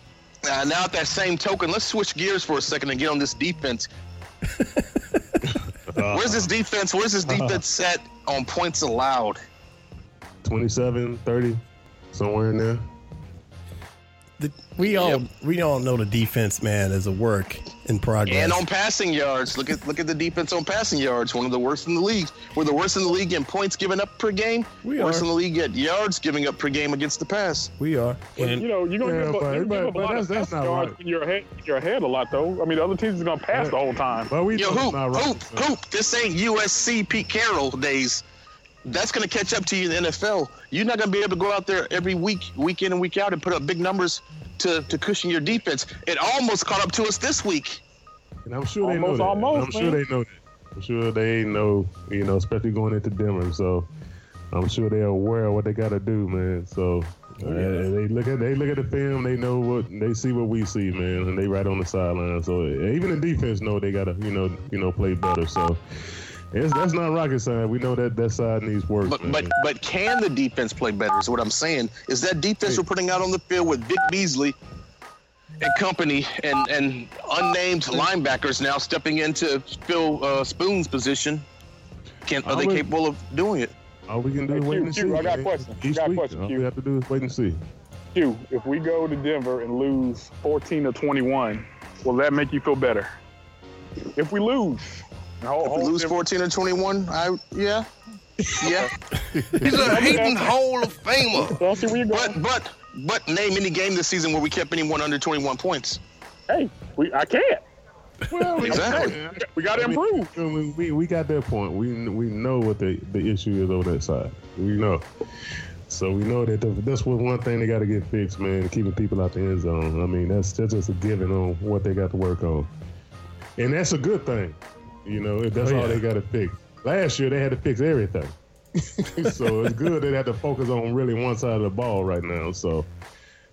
[SPEAKER 3] uh, now, at that same token, let's switch gears for a second and get on this defense. Where's this defense? Where's this defense set on points allowed?
[SPEAKER 6] 27, 30, somewhere in there.
[SPEAKER 2] The, we all we all know the defense, man, is a work in progress.
[SPEAKER 3] And on passing yards, look at look at the defense on passing yards. One of the worst in the league. We're the worst in the league in points given up per game.
[SPEAKER 2] We
[SPEAKER 3] worst
[SPEAKER 2] are.
[SPEAKER 3] in the league at yards giving up per game against the pass.
[SPEAKER 2] we are.
[SPEAKER 4] you know, you're gonna
[SPEAKER 6] Yeah,
[SPEAKER 4] give up, you're
[SPEAKER 6] but-
[SPEAKER 4] gonna give
[SPEAKER 6] but-
[SPEAKER 4] up a
[SPEAKER 6] but
[SPEAKER 4] lot
[SPEAKER 6] that's-
[SPEAKER 4] of
[SPEAKER 6] that's
[SPEAKER 4] passing
[SPEAKER 6] not
[SPEAKER 4] yards
[SPEAKER 6] right.
[SPEAKER 4] when you're ahead, you're ahead a lot though. I mean, the other teams is gonna pass the whole time.
[SPEAKER 6] But we
[SPEAKER 3] Yo,
[SPEAKER 6] know it's
[SPEAKER 3] hoop,
[SPEAKER 6] not right.
[SPEAKER 3] hoop, hoop. This ain't USC Pete Carroll days. That's going to catch up to you in the NFL. You're not going to be able to go out there every week, week in and week out, and put up big numbers to, to cushion your defense. It almost caught up to us this week.
[SPEAKER 6] And I'm sure
[SPEAKER 4] Almost,
[SPEAKER 6] they know that.
[SPEAKER 4] almost,
[SPEAKER 6] I'm sure
[SPEAKER 4] man.
[SPEAKER 6] they know that. I'm sure they know, you know, especially going into Denver. So I'm sure they're aware of what they got to do, man. So
[SPEAKER 3] Oh,
[SPEAKER 6] uh, they look at they look at the film. They know what they see what we see, man, and they right on the sideline. So even the defense know they got to, you know, you know, play better. So it's, that's not rocket science. We know that that side needs work.
[SPEAKER 3] But
[SPEAKER 6] man.
[SPEAKER 3] but but can the defense play better? Is what I'm saying. Is that defense we're putting out on the field with Vic Beasley and company and and unnamed linebackers now stepping into Phil uh, Spoon's position? Can are they
[SPEAKER 6] I would-
[SPEAKER 3] capable of doing it?
[SPEAKER 6] all we can do
[SPEAKER 4] Hey,
[SPEAKER 6] is wait
[SPEAKER 4] Q,
[SPEAKER 6] and
[SPEAKER 4] Q,
[SPEAKER 6] see.
[SPEAKER 4] I got a
[SPEAKER 6] man.
[SPEAKER 4] question. I
[SPEAKER 6] Each
[SPEAKER 4] got a
[SPEAKER 6] week,
[SPEAKER 4] question,
[SPEAKER 6] all
[SPEAKER 4] Q.
[SPEAKER 6] we have to do is wait and see.
[SPEAKER 4] Q, if we go to Denver and lose 14 to 21, will that make you feel better? If we lose,
[SPEAKER 3] If we lose 14 or 21, I yeah, yeah.
[SPEAKER 7] He's a hating Hall of Famer.
[SPEAKER 4] I don't see where you're going.
[SPEAKER 3] But but but name any game this season where we kept anyone under 21 points.
[SPEAKER 4] hey, we, I can't.
[SPEAKER 6] Well,
[SPEAKER 3] Exactly.
[SPEAKER 4] We got to
[SPEAKER 6] I mean,
[SPEAKER 4] improve.
[SPEAKER 6] We, we, we got that point. We we know what the, the issue is on that side. We know. So we know that the, that's what one thing they got to get fixed, man. Keeping people out the end zone. I mean, that's that's just a given on what they got to work on, and that's a good thing. You know, if that's
[SPEAKER 2] Oh,
[SPEAKER 6] all
[SPEAKER 2] yeah.
[SPEAKER 6] they got to fix. Last year they had to fix everything, so it's good they have to focus on really one side of the ball right now. So,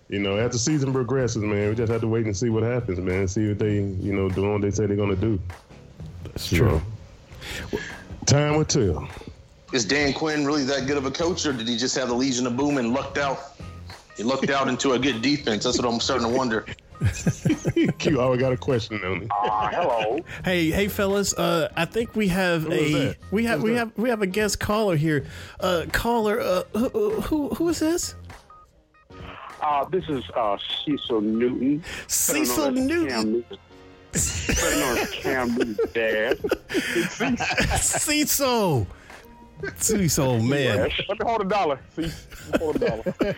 [SPEAKER 6] you know, as the season progresses, man, we just have to wait and see what happens, man. See what they, you know, doing what they say they're gonna do.
[SPEAKER 2] That's
[SPEAKER 6] So, time will tell.
[SPEAKER 3] Is Dan Quinn really that good of a coach, or did he just have the Legion of Boom and lucked out? He lucked out into a good defense. That's what I'm starting to wonder.
[SPEAKER 6] Q always got a question on me.
[SPEAKER 4] Uh,
[SPEAKER 8] Ah, hello.
[SPEAKER 2] Hey, hey, fellas! Uh, I think we have a
[SPEAKER 6] is that?
[SPEAKER 2] we have
[SPEAKER 6] Who's
[SPEAKER 2] we
[SPEAKER 6] that?
[SPEAKER 2] have we have a guest caller here. Uh, caller, uh, who, who who is this?
[SPEAKER 4] Uh, this is uh, Cecil Newton. better known
[SPEAKER 2] Cecil Newton.
[SPEAKER 4] as Cam Newton. better known as Cam Newton's dad.
[SPEAKER 2] Cecil. Cecil, man.
[SPEAKER 8] Let me hold a dollar. See, Let me hold a dollar.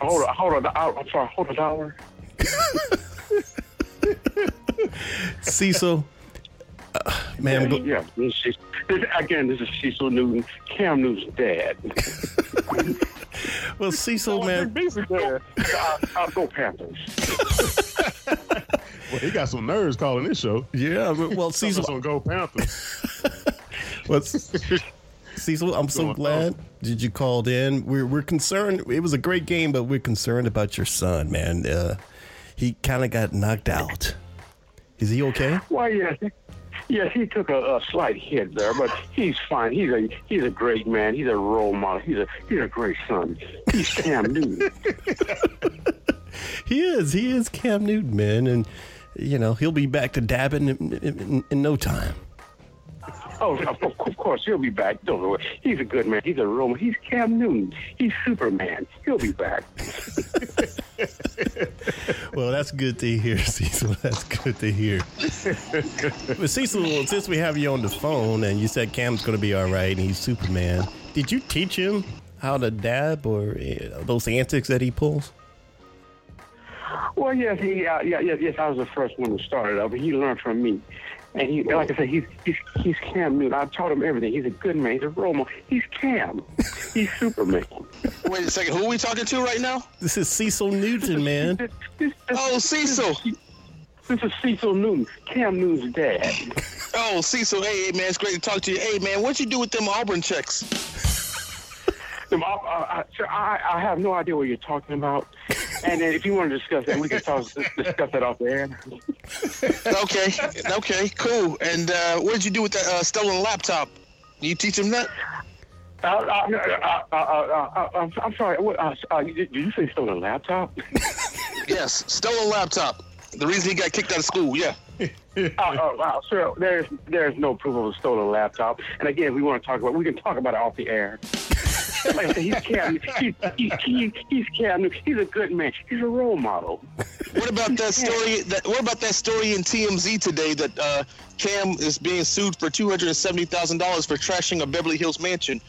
[SPEAKER 4] Hold on, hold on. I- I'm sorry, hold a dollar.
[SPEAKER 2] Cecil. Uh, man, I'm gl-
[SPEAKER 4] Yeah, this is, this, again, this is Cecil Newton, Cam Newton's dad.
[SPEAKER 2] well, Cecil,
[SPEAKER 8] Oh,
[SPEAKER 2] man.
[SPEAKER 8] Big Beasley there.
[SPEAKER 4] I, I'll uh, go Panthers.
[SPEAKER 6] Well, he got some nerves calling this show.
[SPEAKER 2] Yeah, well, Cecil,
[SPEAKER 6] He's on Go Panthers.
[SPEAKER 2] Well, Cecil, I'm so
[SPEAKER 6] Going
[SPEAKER 2] glad did you called in. We're we're concerned. It was a great game, but we're concerned about your son, man. Uh, he kind of got knocked out. Is he okay?
[SPEAKER 4] Well, yes, yes, he took a, a slight hit there, but he's fine. He's a he's a great man. He's a role model. He's a he's a great son. He's Cam Newton.
[SPEAKER 2] He is. He is Cam Newton, man, and you know he'll be back to dabbing in, in, in no time.
[SPEAKER 4] Oh, of, of of course he'll be back. Don't worry. He's a good man. He's a role. model. He's Cam Newton. He's Superman. He'll be back.
[SPEAKER 2] Well, that's good to hear, Cecil. That's good to hear. but Cecil, since we have you on the phone, and you said Cam's going to be all right, and he's Superman. Did you teach him how to dab or uh, those antics that he pulls?
[SPEAKER 4] Well, yes, he, uh, yeah, yes, yes. I was the first one who started up, and he learned from me. And he, like I said, he's he's he's Cam Newton. I taught him everything. He's a good man. He's a role model. He's Cam. He's Superman.
[SPEAKER 3] Wait a second. Who are we talking to right now?
[SPEAKER 2] This is Cecil Newton, man.
[SPEAKER 4] This, this, this,
[SPEAKER 3] Oh, Cecil.
[SPEAKER 4] This is Cecil Newton, Cam Newton's dad.
[SPEAKER 3] Oh, Cecil. Hey, hey, man, it's great to talk to you. Hey, man, what'd you do with them Auburn checks?
[SPEAKER 4] Um, I, I, I- sir, I, I have no idea what you're talking about. And then if you want to discuss that, we can talk, discuss that off the air.
[SPEAKER 3] Okay, okay, cool. And uh, what'd you do with that uh, stolen laptop? You teach him that?
[SPEAKER 4] I, I, I, I, I, I, I'm- I'm sorry. What, uh, uh, did you say stole a laptop?
[SPEAKER 3] Yes, stolen laptop. The reason he got kicked out of school. Yeah.
[SPEAKER 4] uh, uh, wow, sir, there's there's no proof of a stolen laptop. And again, if we want to talk about, we can talk about it off the air. Like I said, he's Cam. He's, he's, he's, he's Cam. Newton. He's a good man. He's a role model.
[SPEAKER 3] What about that story? That what about that story in TMZ today that uh, Cam is being sued for two hundred and seventy thousand dollars for trashing a Beverly Hills mansion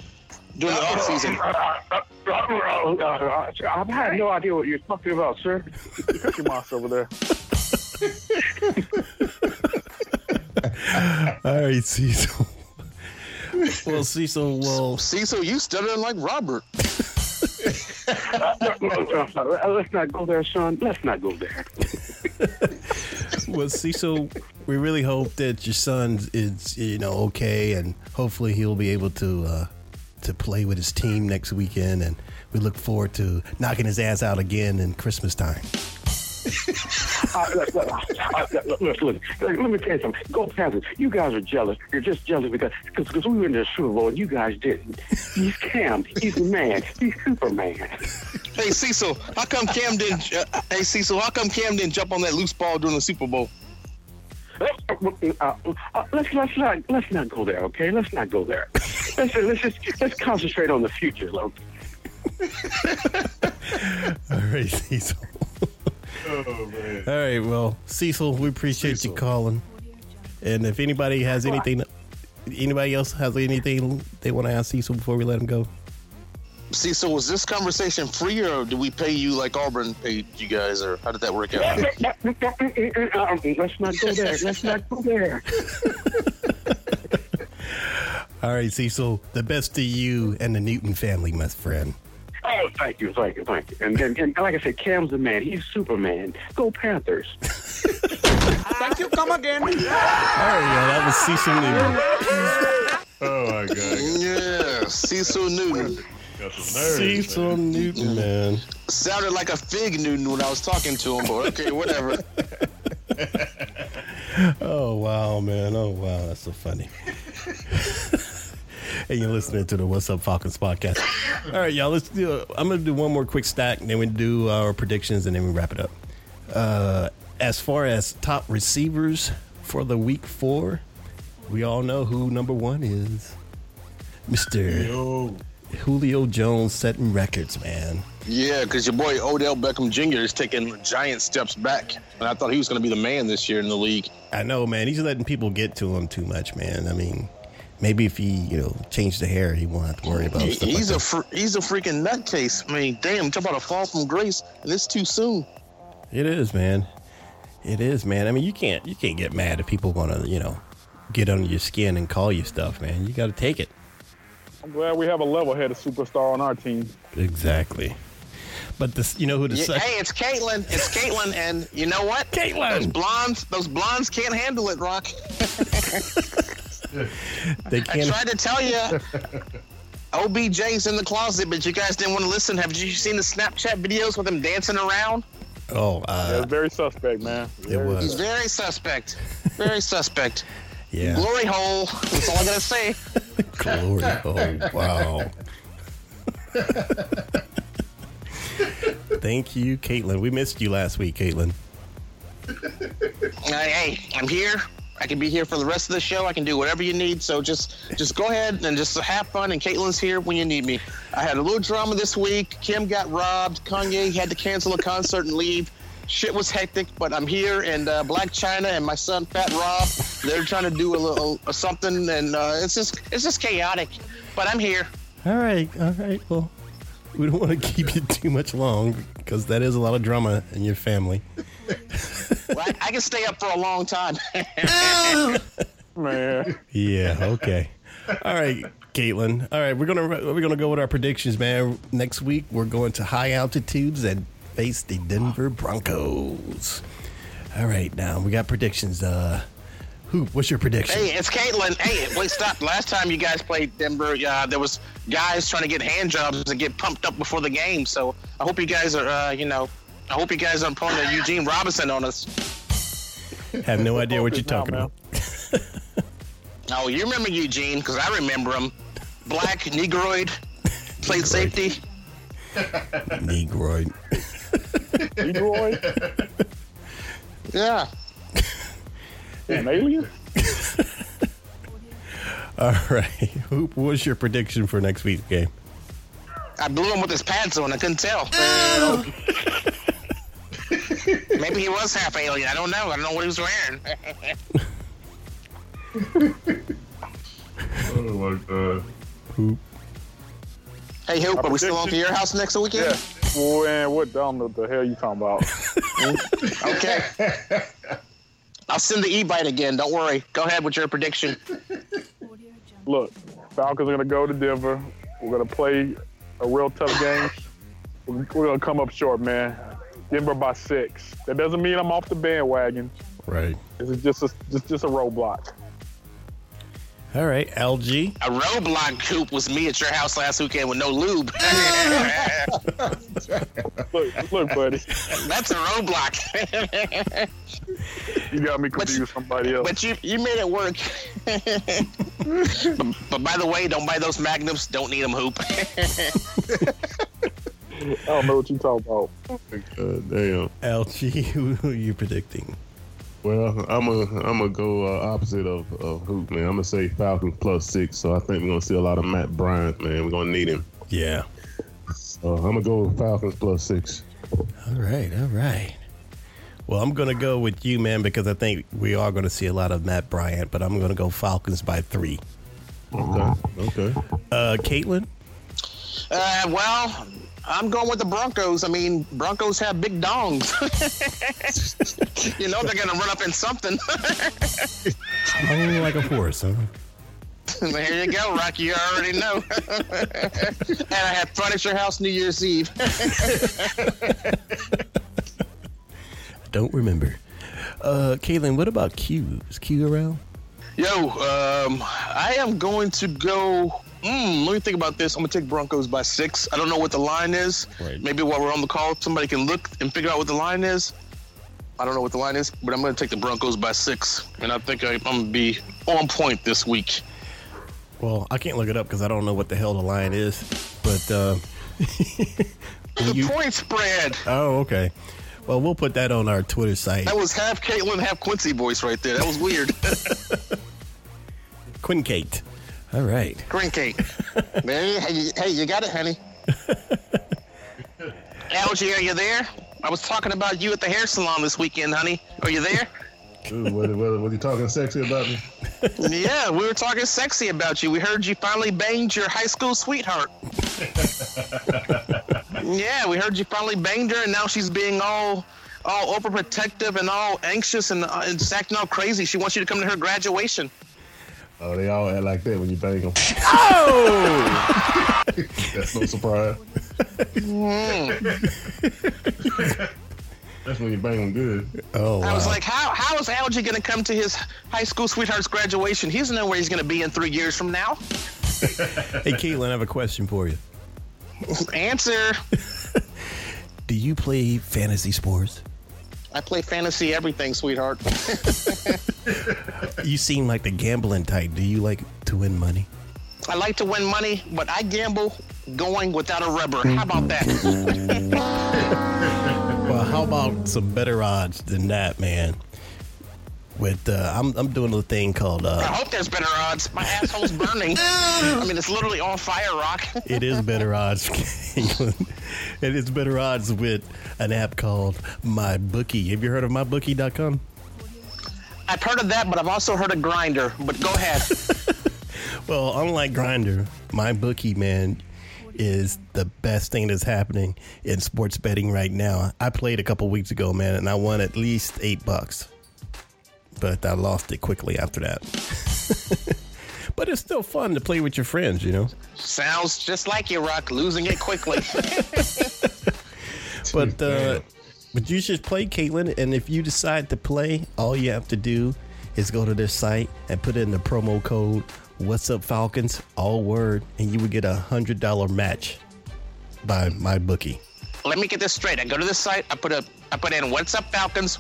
[SPEAKER 3] during the off season?
[SPEAKER 4] I have no idea what you're talking about, sir.
[SPEAKER 8] Cookie Monster over there.
[SPEAKER 2] All right, Cecil. well, Cecil, well,
[SPEAKER 3] Cecil, you stuttering like Robert.
[SPEAKER 4] Uh, Let's not go there, son. Let's not go there.
[SPEAKER 2] well, Cecil, we really hope that your son is, you know, okay, and hopefully he'll be able to uh, to play with his team next weekend, and we look forward to knocking his ass out again in Christmas time.
[SPEAKER 4] Uh, look, look, uh, look, look, look, let me tell you something. Go Panthers. You guys are jealous. You're just jealous because cause, 'cause we were in the Super Bowl and you guys didn't. He's Cam. He's the man. He's Superman.
[SPEAKER 3] Hey Cecil, how come Cam didn't? Uh, hey Cecil, how come Cam didn't jump on that loose ball during the Super Bowl?
[SPEAKER 4] Uh, uh, uh, let's let's not let's not go there, okay? Let's not go there. Let's let's just let's concentrate on the future, Loki.
[SPEAKER 2] All right, Cecil.
[SPEAKER 6] Oh man.
[SPEAKER 2] All right, well, Cecil, we appreciate
[SPEAKER 6] Cecil.
[SPEAKER 2] you calling, and if anybody has anything, anybody else has anything they want to ask Cecil before we let him go.
[SPEAKER 3] Cecil, was this conversation free, or did we pay you like Auburn paid you guys, or how did that work out?
[SPEAKER 4] Uh, uh, let's not go there. Let's not go there.
[SPEAKER 2] All right, Cecil, the best to you and the Newton family, my friend.
[SPEAKER 9] Oh, thank you, thank you, thank you. And then, and like I said, Cam's the man. He's Superman. Go Panthers.
[SPEAKER 10] Thank you. Come again.
[SPEAKER 2] that was Cecil Newton.
[SPEAKER 6] Oh my god.
[SPEAKER 3] Yeah, Cecil Newton.
[SPEAKER 6] Got some nerves.
[SPEAKER 2] Cecil Newton, man.
[SPEAKER 3] Sounded like a fig Newton when I was talking to him, but okay, whatever.
[SPEAKER 2] Oh wow, man! Oh wow, that's so funny. and you're listening to the What's Up Falcons podcast. All right, y'all. Let's do. I'm gonna do one more quick stack, and then we do our predictions, and then we wrap it up. Uh, as far as top receivers for the week four, we all know who number one is, Mister
[SPEAKER 6] Yo.
[SPEAKER 2] Julio Jones, setting records, man.
[SPEAKER 3] Yeah, because your boy Odell Beckham Jr. is taking giant steps back, and I thought he was going to be the man this year in the league.
[SPEAKER 2] I know, man. He's letting people get to him too much, man. I mean, maybe if he, you know, changed the hair, he won't have to worry about
[SPEAKER 3] He-
[SPEAKER 2] stuff
[SPEAKER 3] he's
[SPEAKER 2] like
[SPEAKER 3] a fr- he's a freaking nutcase. I mean, damn, talk about a fall from grace, and it's too soon.
[SPEAKER 2] that. It is, man. It is, man. I mean, you can't you can't get mad if people want to, you know, get under your skin and call you stuff, man. You got to take it.
[SPEAKER 4] I'm glad we have a level-headed superstar on our team.
[SPEAKER 2] Exactly. But this, you know who the
[SPEAKER 3] Yeah,
[SPEAKER 2] second
[SPEAKER 3] hey, it's Caitlin. It's Caitlin, and you know what? Those
[SPEAKER 2] Caitlin.
[SPEAKER 3] blondes, those blondes can't handle it, Rock.
[SPEAKER 2] They
[SPEAKER 3] I
[SPEAKER 2] can't.
[SPEAKER 3] tried to tell you. OBJ's in the closet, but you guys didn't want to listen. Have you seen the Snapchat videos with him dancing around?
[SPEAKER 2] oh,
[SPEAKER 4] That's
[SPEAKER 2] uh,
[SPEAKER 4] very suspect, man.
[SPEAKER 2] it
[SPEAKER 3] He's
[SPEAKER 2] was.
[SPEAKER 3] very suspect. Very suspect.
[SPEAKER 2] Yeah.
[SPEAKER 3] Glory hole. That's all I gotta say.
[SPEAKER 2] Glory. Oh, wow. Thank you, Caitlin. We missed you last week, Caitlin.
[SPEAKER 3] Hey, hey, I'm here. I can be here for the rest of the show. I can do whatever you need. So just just go ahead and just have fun. And Caitlin's here when you need me. I had a little drama this week. Kim got robbed. Kanye had to cancel a concert and leave. Shit was hectic, but I'm here. And uh, Black China and my son Fat Rob, they're trying to do a little a something, and uh, it's just it's just chaotic. But I'm here.
[SPEAKER 2] All right, all right. Well, we don't want to keep you too much long because that is a lot of drama in your family.
[SPEAKER 3] Well, I, I can stay up for a long time.
[SPEAKER 4] Man,
[SPEAKER 2] Yeah. Okay. all right, Caitlin. All right, we're gonna we're gonna go with our predictions, man. Next week we're going to high altitudes and face the Denver Broncos. All right, now we got predictions. Uh, Hoop, what's your prediction?
[SPEAKER 3] Hey, it's Caitlin. Hey, wait, stop. Last time you guys played Denver, uh, there was guys trying to get hand jobs and get pumped up before the game. So I hope you guys are, uh, you know, I hope you guys aren't pulling a Eugene Robinson on us.
[SPEAKER 2] Have no idea what you're
[SPEAKER 4] Focus now,
[SPEAKER 2] talking
[SPEAKER 4] man.
[SPEAKER 2] about.
[SPEAKER 3] Oh, you remember Eugene because I remember him. Black, Negroid, played safety.
[SPEAKER 2] Negroid.
[SPEAKER 4] Leroy,
[SPEAKER 3] Yeah.
[SPEAKER 4] an alien.
[SPEAKER 2] All right, Hoop, what's your prediction for next week's game?
[SPEAKER 3] I blew him with his pads on. I couldn't tell. Maybe he was half alien. I don't know. I don't know what he was wearing.
[SPEAKER 6] Oh my god.
[SPEAKER 2] Hoop.
[SPEAKER 3] hey, Hoop, are we still on to your house next weekend?
[SPEAKER 4] Yeah. Boy, and what dumb the hell you talking about?
[SPEAKER 3] Okay. I'll send the e-bite again. Don't worry. Go ahead with your prediction.
[SPEAKER 4] Look, Falcons are gonna go to Denver. We're gonna play a real tough game. We're we're gonna come up short, man. Denver by six. That doesn't mean I'm off the bandwagon.
[SPEAKER 2] Right.
[SPEAKER 4] This is just a, just just a roadblock.
[SPEAKER 2] All right, LG.
[SPEAKER 3] A roadblock coop was me at your house last weekend with no lube. That's
[SPEAKER 4] Look, look, buddy,
[SPEAKER 3] a roadblock.
[SPEAKER 4] you got me
[SPEAKER 3] But you-
[SPEAKER 4] confused. with Somebody else.
[SPEAKER 3] but you you made it work. but, but by the way, don't buy those magnums. Don't need them, Hoop.
[SPEAKER 4] I don't know what you talking about.
[SPEAKER 6] God Uh, damn.
[SPEAKER 2] LG, who are you predicting?
[SPEAKER 6] Well, I'm a I'm gonna go uh, opposite of, of Hoop, man. I'm gonna say Falcons plus six. So I think we're gonna see a lot of Matt Bryant, man. We're gonna need him.
[SPEAKER 2] Yeah.
[SPEAKER 6] So I'm gonna go with Falcons plus six.
[SPEAKER 2] All right, all right. Well, I'm going to go with you, man, because I think we are going to see a lot of Matt Bryant, but I'm going to go Falcons by three.
[SPEAKER 6] Okay. Okay.
[SPEAKER 2] Uh, Caitlin?
[SPEAKER 3] Uh, well, I'm going with the Broncos. I mean, Broncos have big dongs. you know they're gonna run up in something.
[SPEAKER 2] Oh, like a horse, huh?
[SPEAKER 3] There you go, Rocky. You already know. and I had furniture house New Year's Eve.
[SPEAKER 2] I don't remember. Uh, Kaylin, what about Q? Is Q around?
[SPEAKER 3] Yo, um, I am going to go. Mm, let me think about this. I'm gonna take Broncos by six. I don't know what the line is.
[SPEAKER 2] Right.
[SPEAKER 3] Maybe while we're on the call, somebody can look and figure out what the line is. I don't know what the line is, but I'm gonna take the Broncos by six, and I think I, I'm gonna be on point this week.
[SPEAKER 2] Well, I can't look it up because I don't know what the hell the line is. But uh,
[SPEAKER 3] The point spread.
[SPEAKER 2] oh, okay. Well, we'll put that on our Twitter site.
[SPEAKER 3] That was half Caitlin, half Quincy voice right there. That was weird.
[SPEAKER 2] Quincate. All right.
[SPEAKER 3] Green cake. Man, hey, you- hey, you got it, honey. Algie, are you there? I was talking about you at the hair salon this weekend, honey. Are you there?
[SPEAKER 6] Ooh, what, what, what you talking sexy about me?
[SPEAKER 3] yeah, we were talking sexy about you. We heard you finally banged your high school sweetheart. yeah, we heard you finally banged her, and now she's being all. All overprotective and all anxious and, uh, and just acting all crazy. She wants you to come to her graduation.
[SPEAKER 6] Oh, they all act like that when you bang them.
[SPEAKER 2] Oh!
[SPEAKER 6] That's no surprise.
[SPEAKER 3] Mm.
[SPEAKER 6] That's when you bang them good.
[SPEAKER 2] Oh,
[SPEAKER 3] I was
[SPEAKER 2] wow.
[SPEAKER 3] like, how how is Algie going to come to his high school sweetheart's graduation? He doesn't know where he's going to be in three years from now.
[SPEAKER 2] hey, Caitlin, I have a question for you.
[SPEAKER 3] Answer.
[SPEAKER 2] Do you play fantasy sports?
[SPEAKER 3] I play fantasy everything, sweetheart.
[SPEAKER 2] You seem like the gambling type. Do you like to win money?
[SPEAKER 3] I like to win money, but I gamble going without a rubber. How about that?
[SPEAKER 2] Well, how about some better odds than that, man? With uh, I'm I'm doing a thing called
[SPEAKER 3] I
[SPEAKER 2] uh,
[SPEAKER 3] hope there's better odds. My asshole's burning. I mean, it's literally on fire, Rock.
[SPEAKER 2] it is better odds, England. It is better odds with an app called My Bookie. Have you heard of MyBookie.com?
[SPEAKER 3] I've heard of that, but I've also heard of Grinder. But go ahead.
[SPEAKER 2] Well, unlike Grinder, my bookie man is the best thing that's happening in sports betting right now. I played a couple weeks ago, man, and I won at least eight bucks, but I lost it quickly after that. but it's still fun to play with your friends, you know.
[SPEAKER 3] Sounds just like you, Rock, losing it quickly.
[SPEAKER 2] But uh, but you should play Caitlin, and if you decide to play, all you have to do is go to their site and put in the promo code "What's Up Falcons" all word, and you would get a hundred dollar match by my bookie.
[SPEAKER 3] Let me get this straight. I go to this site. I put a I put in "What's up, Falcons?"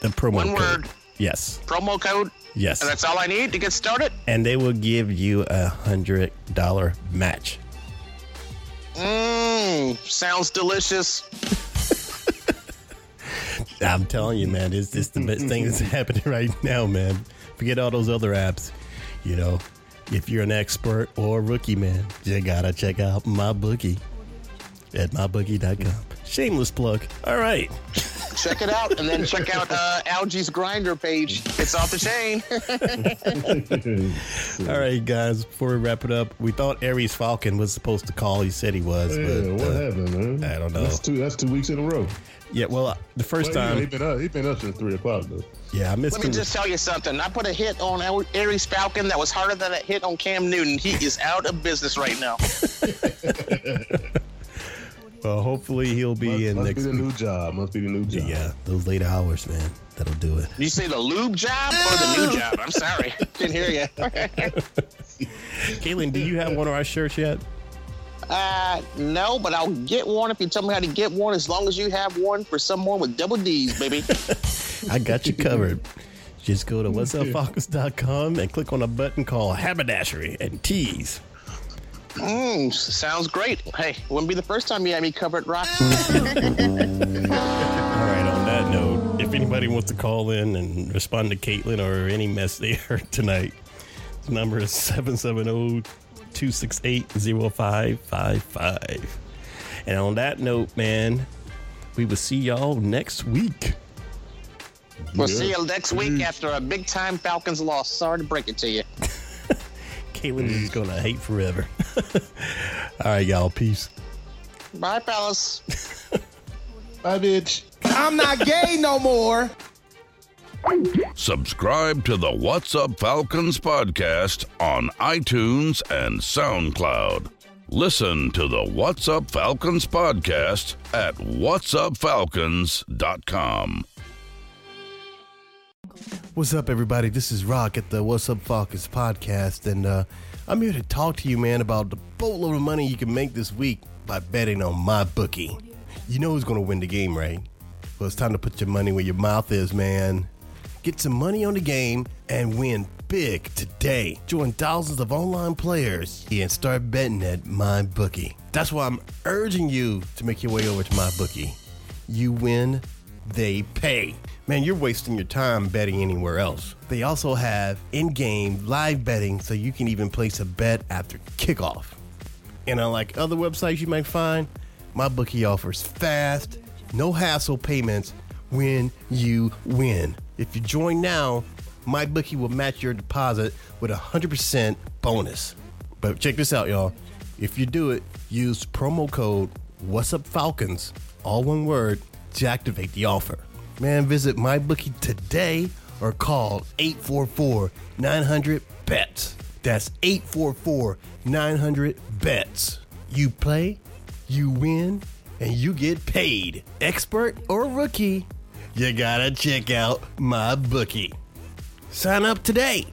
[SPEAKER 2] The promo code.
[SPEAKER 3] One word.
[SPEAKER 2] Yes,
[SPEAKER 3] promo code, and
[SPEAKER 2] yes,
[SPEAKER 3] that's all I need to get started.
[SPEAKER 2] and they will give you a hundred dollar match.
[SPEAKER 3] Mmm, sounds delicious.
[SPEAKER 2] I'm telling you, man, it's just the best thing that's happening right now, man. Forget all those other apps. You know, if you're an expert or a rookie, man, you gotta check out my bookie at mybookie.com. Shameless plug. All right.
[SPEAKER 3] Check it out, and then check out uh, Algie's grinder page. It's off the chain.
[SPEAKER 2] All right, guys, before we wrap it up, we thought Aries Falcon was supposed to call. He said he was.
[SPEAKER 6] Yeah,
[SPEAKER 2] but,
[SPEAKER 6] what
[SPEAKER 2] uh,
[SPEAKER 6] happened, man?
[SPEAKER 2] I don't know.
[SPEAKER 6] That's two. That's two weeks in a row.
[SPEAKER 2] yeah, well, the first
[SPEAKER 6] Well, he, he
[SPEAKER 2] time.
[SPEAKER 6] been up. He been up since three o'clock though.
[SPEAKER 2] Yeah, I missed
[SPEAKER 3] Let me
[SPEAKER 2] him.
[SPEAKER 3] just tell you something. I put a hit on Al- Aries Falcon that was harder than a hit on Cam Newton. He is out of business right now.
[SPEAKER 2] Well, hopefully he'll be
[SPEAKER 6] Must,
[SPEAKER 2] in
[SPEAKER 6] must
[SPEAKER 2] next
[SPEAKER 6] be the
[SPEAKER 2] week.
[SPEAKER 6] new job. Must be the new job.
[SPEAKER 2] Yeah, those late hours, man. That'll do it.
[SPEAKER 3] You say the lube job or the new job? I'm sorry, didn't hear you.
[SPEAKER 2] Caitlin, do you have one of our shirts yet?
[SPEAKER 3] Uh, no, but I'll get one if you tell me how to get one. As long as you have one for someone with double D's, baby.
[SPEAKER 2] I got you covered. Just go to whatsupfalcons.com and click on a button called Haberdashery and Tease.
[SPEAKER 3] Mm, s- sounds great. Hey, wouldn't be the first time you had me covered, Rock.
[SPEAKER 2] All right, on that note, if anybody wants to call in and respond to Caitlin or any mess they heard tonight, the number is oh, 770 268 0555. And on that note, man, we will see y'all next week.
[SPEAKER 3] We'll see you next week after a big time Falcons loss. Sorry to break it to you.
[SPEAKER 2] Caitlin is going to hate forever. All Mm. right, y'all. Peace.
[SPEAKER 3] Bye, fellas.
[SPEAKER 6] Bye, bitch.
[SPEAKER 10] I'm not gay no more.
[SPEAKER 5] Subscribe to the What's Up Falcons podcast on iTunes and SoundCloud. Listen to the What's Up Falcons podcast at whatsupfalcons.com.
[SPEAKER 2] What's up, everybody? This is Rock at the What's Up Falcons podcast, and uh, I'm here to talk to you, man, about the boatload of money you can make this week by betting on my bookie. You know who's going to win the game, right? Well, it's time to put your money where your mouth is, man. Get some money on the game and win big today. Join thousands of online players and start betting at my bookie. That's why I'm urging you to make your way over to my bookie. You win, they pay. Man, you're wasting your time betting anywhere else. They also have in game live betting so you can even place a bet after kickoff. And unlike other websites you might find, my bookie offers fast, no hassle payments when you win. If you join now, my bookie will match your deposit with a 100% bonus. But check this out, y'all. If you do it, use promo code What's Up Falcons, all one word, to activate the offer. Man, visit my bookie today or call 844 900 BETS. That's 844 900 BETS. You play, you win, and you get paid. Expert or rookie, you gotta check out my bookie. Sign up today.